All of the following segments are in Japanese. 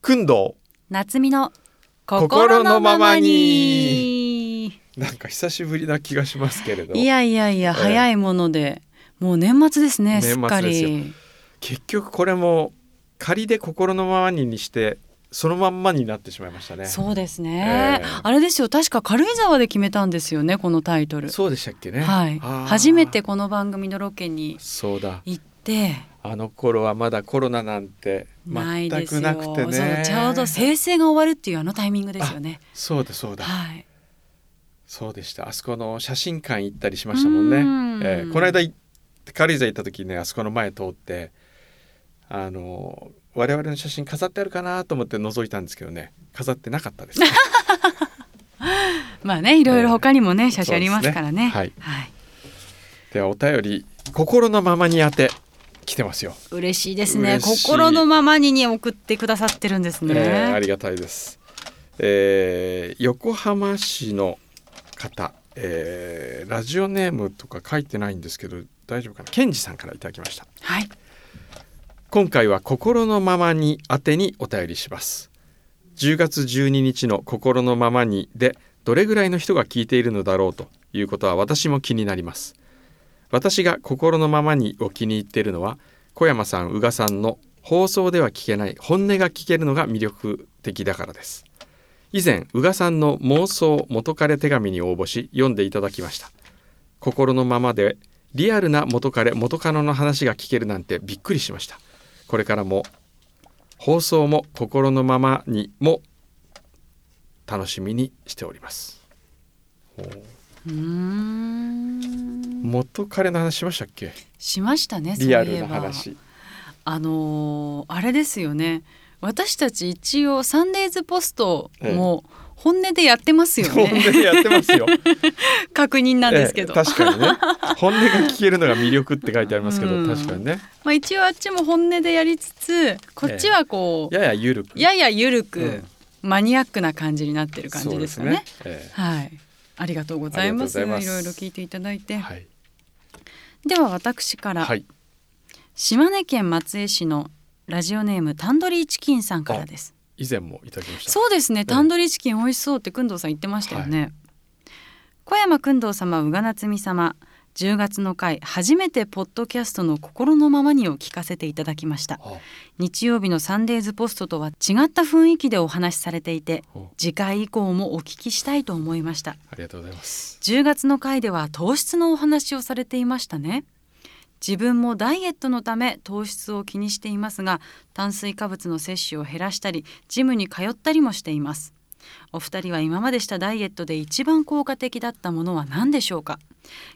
くんど夏美の心のままに心のままにうなんか久しぶりな気がしますけれどいやいやいえや、え早いものでもう年末ですね年す末っかですより結局これも仮で心のままににしてそのまんまになってしまいましたねそうですね、ええあれですよ確か軽井沢で決めたんですよねこのタイトル、そうでしたっけねはいあー初めてこの番組のロケにそうだ行ってあの頃はまだコロナなんてない全ですくよなくてねそうちょうど生成が終わるっていうあのタイミングですよねそうだそうだはいそうでしたあそこの写真館行ったりしましたもんねうんえーこの間い軽井沢行った時ねあそこの前通ってあのー我々の写真飾ってあるかなと思って覗いたんですけどね飾ってなかったですねまあねいろいろ他にもね、え写真ありますからねそうですはい、ではお便り心のままに当て来てますよ、嬉しいですね嬉しい心のままにに送ってくださってるんですね、えーありがたいです、えー横浜市の方、えーラジオネームとか書いてないんですけど大丈夫かなケンジさんからいただきましたはい今回は心のままに宛てにお便りします10月12日の心のままにでどれぐらいの人が聞いているのだろうということは私も気になります私が心のままにを気に入っているのは小山さん宇賀さんの放送では聞けない本音が聞けるのが魅力的だからです以前宇賀さんの妄想元彼手紙に応募し読んでいただきました心のままでリアルな元彼元カノの話が聞けるなんてびっくりしましたこれからも放送も心のままにも楽しみにしておりますうーん元彼の話しましたっけしましたねリアルそういえなば話あのーあれですよね私たち一応サンデーズポストも本音でやってますよ 本音ね、でやってます よ確認なんですけど、ええ確かにね本音が聞けるのが魅力って書いてありますけど、うん確かにねまあ一応あっちも本音でやりつつこっちはこう、ややゆるくややゆるく、うんマニアックな感じになってる感じですかねそうですねえはいありがとうございますあいりがとうございますろいろ聞いていただいて、えはい、では私から、はい、島根県松江市のラジオネームタンドリーチキンさんからです以前もいただきましたそうですね。タンドリーチキン美味しそうってくんどうさん言ってましたよね。小山くんどう様、宇賀なつみ様、10月の回初めてポッドキャストの心のままにを聞かせていただきました。あ日曜日のサンデーズポストとは違った雰囲気でお話しされていて、お次回以降もお聞きしたいと思いました。ありがとうございます10月の回では糖質のお話をされていましたね自分もダイエットのため糖質を気にしていますが炭水化物の摂取を減らしたりジムに通ったりもしていますお二人は今までしたダイエットで一番効果的だったものは何でしょうか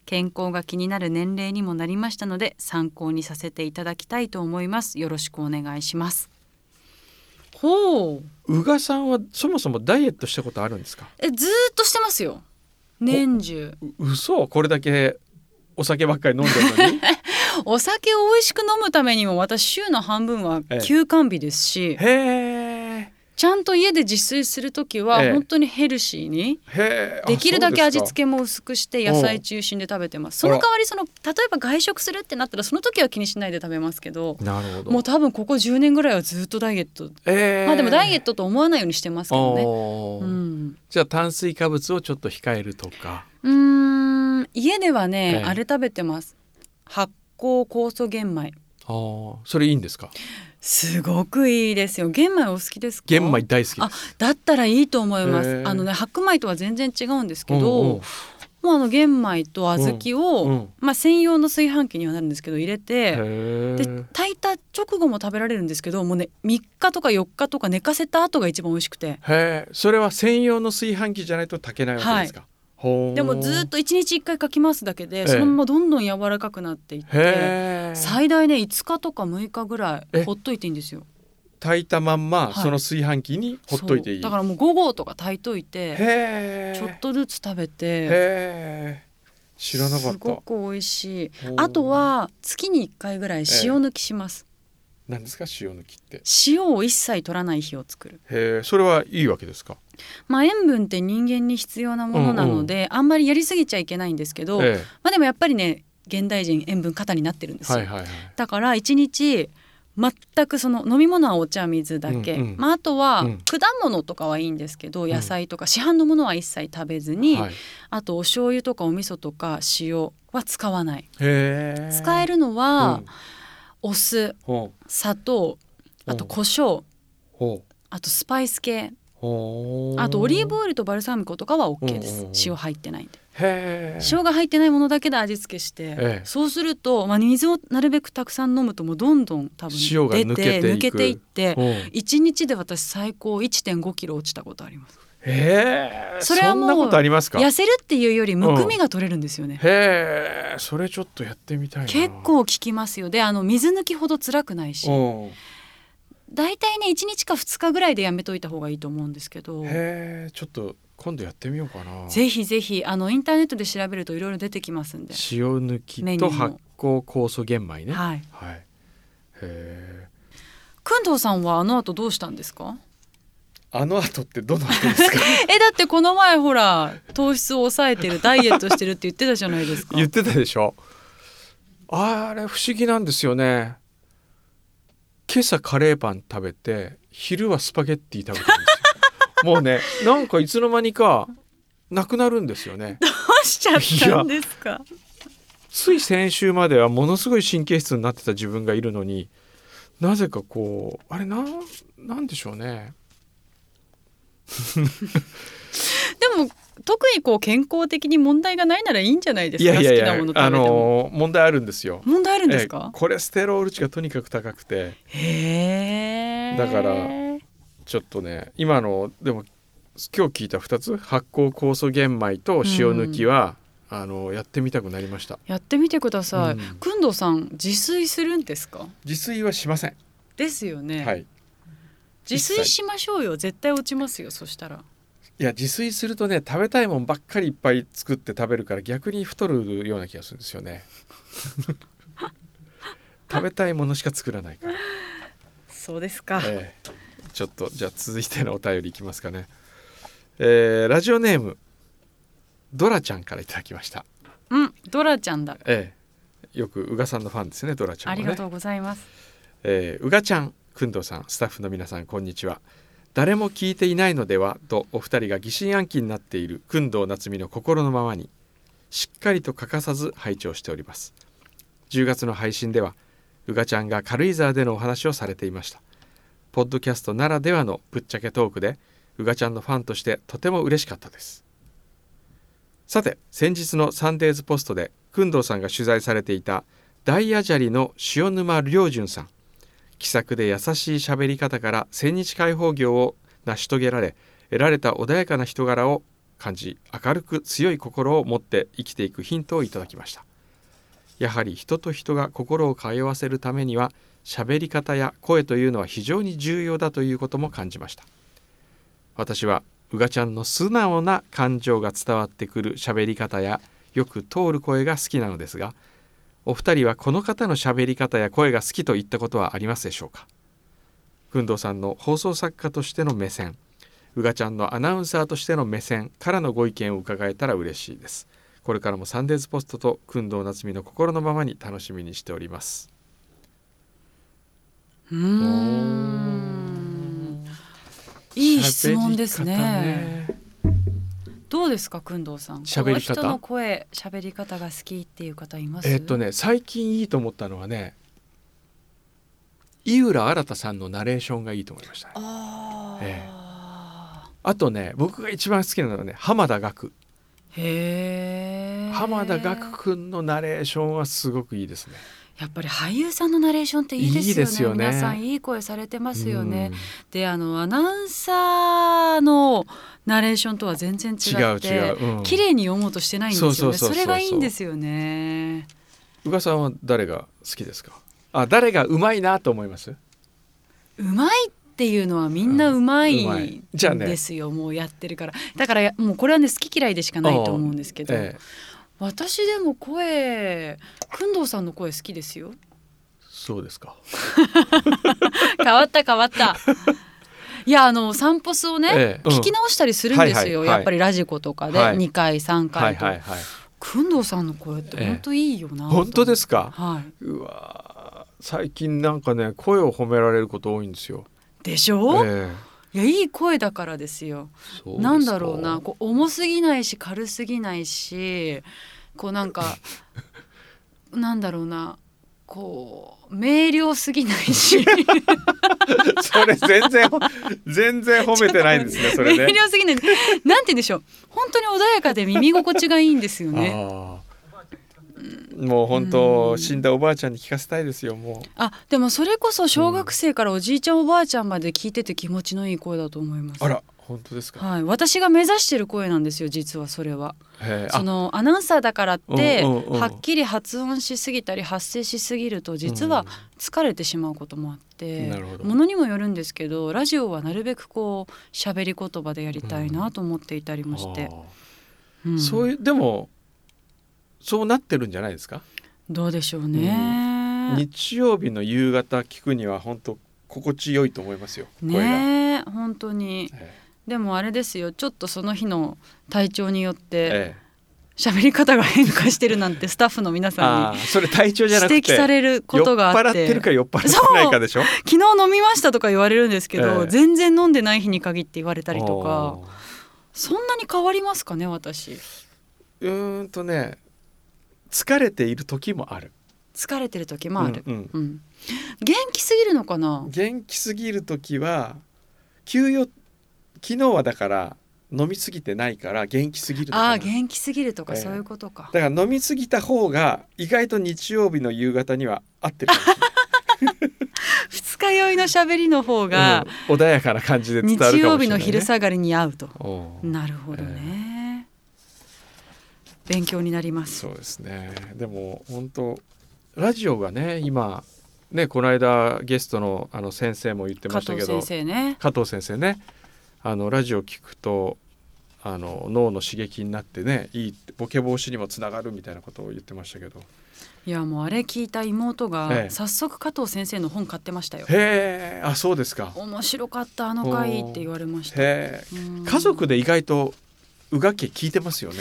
健康が気になる年齢にもなりましたので参考にさせていただきたいと思いますよろしくお願いしますほう宇賀さんはそもそもダイエットしたことあるんですかえずーっとしてますよ年中う嘘これだけお酒ばっかり飲んでるのにお酒を美味しく飲むためにも私週の半分はええ休館日ですし、へえちゃんと家で自炊する時はええ本当にヘルシーに、へえできるだけ味付けけも薄くしておう野菜中心で食べてますそあらの代わりその例えば外食するってなったらその時は気にしないで食べますけどなるほどもう多分ここ10年ぐらいはずっとダイエットえまあでもダイエットトと思わないようにしてますけどね。うんじゃあ炭水化物をちょっと控えるとかうーん家ではね、ええあれ食べてます発酵酵素玄米あーそれいいんですかすごくいいですよ玄米お好きですか玄米大好きですだったらいいと思いまへす。ーあのね白米とは全然違うんですけうど、んうんもうあの玄米と小豆を、うんまあ専用の炊飯器にはなるんですけど入れへて。でえ炊いた直後も食べられるんですけどもうね3日とか4日とか寝かせた後が一番美味しくてへえそれは専用の炊飯器じゃないと炊けないわけですか、ほーでもずっと1日1回かきますだけで、えそのままどんどん柔らかくなっていってへえ最大ね5日とか6日ぐらえいほっといていいんですよ炊いたまんま、はいその炊飯器にほっといていそういだからもう5合とか炊いといてへえちょっとずつ食べてへえ知らなかすっごたく美味しいほーあとは月に1回ぐらい塩抜きします、何ですか塩抜きって塩を一切取らない日を作るへえそれはいいわけですかまあ塩分って人間に必要なものなので、あんまりやりすぎちゃいけないんですけど、えまあでもやっぱりね現代人塩分過多になってるんでえすよ、はいはいはいだから1日全くその飲み物はお茶水だけ、うんうんまあ、あとはうん果物とかはいいんですけど、ん野菜とか市販のものは一切食べずに、はい、あとお醤油とかお味噌とか塩は使わないへ使えるるのはうん、お酢ほう砂糖あと胡椒ほうあとスパイス系ほうあとオリーブオイルとバルサミコとかは OK です、うんうんうん塩入ってないんでへー塩が入ってないものだけで味付けして、ええそうすると、まあ、水をなるべくたくさん飲むともうどんどん多分塩が出抜けてていく抜けていってほう一日で私最高1.5キロ落ちたことありますへえそれはもうんなことありますか痩せるっていうよりむくみが取れるんですよね、へえそれちょっとやってみたいな結構効きますよであの水抜きほど辛くないしうん大体ね1日か2日ぐらいでやめといた方がいいと思うんですけどへえちょっと今度やってみようかなぜひぜひあのインターネットで調べるといろいろ出てきますんで、塩抜メきニュとーも発酵酵素玄米ねい、はいはい、へえくんどうさんはあの後どうしたんですかあの後ってどの後ですかえだってこの前ほら糖質を抑えてるダイエットしてるって言ってたじゃないですか言ってたでしょあれ不思議なんですよね今朝カレーパン食べて昼はスパゲッティ食べてるんです よもうねなんかいつの間にかなくなるんですよねどうしちゃったんですかつい先週まではものすごい神経質になってた自分がいるのになぜかこうあれなんなんでしょうねでも特にこう健康的に問題がないならいいんじゃないですか好きなもの食べても、あのー問題あるんですよ問題あるんですかええコレステロール値がとにかく高くてへえだからちょっとね今のでも今日聞いた2つ発酵酵素玄米と塩抜きは、あのやってみたくなりましたやってみてくださうい、んくんどうさん自炊するんですか自炊はしません、ですよね、はい、自炊しましょうよ絶対落ちますよそしたらいや自炊するとね食べたいもんばっかりいっぱい作って食べるから逆に太るような気がするんですよ ね食べたいものしか作らないから、そうですかええちょっとじゃあ続いてのお便りいきますかね、えーラジオネームドラちゃんからいただきましたうんドラちゃんだええ、よく宇賀さんのファンですねドラちゃんあはねりがとうございますえー宇賀ちゃんくんどうさんスタッフの皆さんこんにちは誰も聞いていないのではとお二人が疑心暗鬼になっているくんどうなつみの心のままにしっかりと欠かさず拝聴しております10月の配信では宇賀ちゃんが軽井沢でのお話をされていましたポッドキャストならではのぶっちゃけトークで宇賀ちゃんのファンとしてとても嬉しかったですさて先日のサンデーズポストでくんどうさんが取材されていたダイヤ砂利の塩沼良純さん気さくで優しい喋り方から千日開放業を成し遂げられ得られた穏やかな人柄を感じ明るく強い心を持って生きていくヒントをいただきましたやはり人と人が心を通わせるためには喋り方や声というのは非常に重要だということも感じました私はうがちゃんの素直な感情が伝わってくる喋り方やよく通る声が好きなのですがお二人はこの方の喋り方や声が好きといったことはありますでしょうか群藤さんの放送作家としての目線うがちゃんのアナウンサーとしての目線からのご意見を伺えたら嬉しいですこれからもサンデーズポストと群藤夏美の心のままに楽しみにしておりますうーんいい質問ですねどうですか、くんどうさん。喋り方この人の声、喋り方が好きっていう方います。えっと。ね最近いいと思ったのはね井浦新さんのナレーションがいいと思いましたねあえあ、あとね僕が一番好きなのはね浜田岳へえ。浜田岳くんのナレーションはすごくいいですね。やっぱり俳優さんのナレーションっていいですよね。いいですよね皆さんいい声されてますよねうん。で、あのアナウンサーのナレーションとは全然違違っうて。違う。うん綺麗に読もうとしてないんですよね。そうそうそうそうそうれがいいんですよね。宇賀さんは誰が好きですか。あ、誰がうまいなと思います。うまいっていうのはみんなうまいうんうまんいじゃあねですよ、もうやってるからだからやもうこれはね好き嫌いでしかないと思うんですけど、ええ私でも声くんどうさんの声好きですよそうですか。変わった変わった いやあの散歩数をね、ええうん聞き直したりするんではいすよ、はいはいやっぱりラジコとかではい2回3は回いと、はいはい。くんどうさんの声ってええ本当いいよな、本当ですすか。はいうわ最近なんかね声を褒められること多いんですよ。でしょ、ええいやいい声だからですよそうですかなんだろうなこう重すぎないし軽すぎないしこうなん かなんだろうなこう明瞭すぎないし それ全然全然褒めてないんですねそれ 明ね。瞭すぎないなんて言うんでしょう本当に穏やかで耳心地がいいんですよねあーもう本当死んだおばあちゃんに聞かせたいですよもう。あでもそれこそ小学生からおじいちゃんおばあちゃんまで聞いてて気持ちのいい声だと思いますあら本当ですか。はい、私が目指してる声なんですよ実はそれはええそのアナウンサーだからってうんうんうんはっきり発音しすぎたり発声しすぎると実は疲れてしまうこともあって、なるほどものにもよるんですけどラジオはなるべくこう喋り言葉でやりたいなと思っていたりうんもしてあ、ーうんそういうでもそうなってるんじゃないですか。どうでしょうね。日曜日の夕方聞くには本当心地よいと思いますよ。声が。えねえ本当にでもあれですよちょっとその日の体調によっえてええ喋り方が変化してるなんてスタッフの皆さあんあにそれ体調じゃなくて指摘されることがあっ酔っ払っててるか酔っ払ってないかでしょ。昨日飲みましたとか言われるんですけど、ええ全然飲んでない日に限って言われたりとかあーそんなに変わりますかね私うーんとね疲れている時もある。疲れてる時もある、うんうんうん元気すぎるのかな元気すぎる時は休養昨日はだから飲みすぎてないから元気すぎるのかなああ元気すぎるとか、ええそういうことかだから飲みすぎた方が意外と日曜日の夕方には合ってるかもしれない二日酔いの喋りの方が、うん穏やかな感じで伝わ日るか曜もしれな日のい、ね、昼下がりに合うとおうなるほどね、勉強になりますそうですねでも本当ラジオがね今ねこの間ゲストのあの先生も言って加ました藤け先ど生ね加藤先生ねあのラジオ聞くとあの脳の刺激になってねいいってボケ防止にもつながるみたいなことを言ってましたけどいやもうあれ聞いた妹えがえ早速加藤先生の本買ってましたよへえあそうですか面白かったあの回って言われましたへえうん家族で意外とうがけ聞いてますよね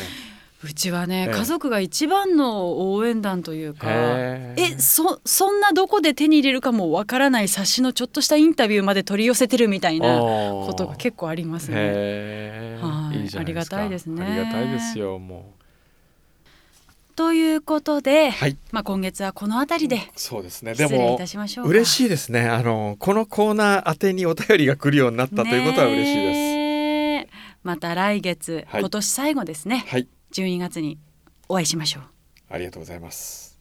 うちはね、ええ家族が一番の応援団というかへええそそんなどこで手に入れるかもわからない冊子のちょっとしたインタビューまで取り寄せてるみたいなこことが結構ありますね。へえはいいじゃないですかありがたいですねありがたいですよもということで、はいまあ、今月はこの辺りでうそうですねで失礼いもたしましょうか。嬉しいいですねあのこのコーナー宛てにお便りが来るようになったということは嬉しいです、です。また来月、はい今年最後ですねはい12月にお会いしましょう。ありがとうございます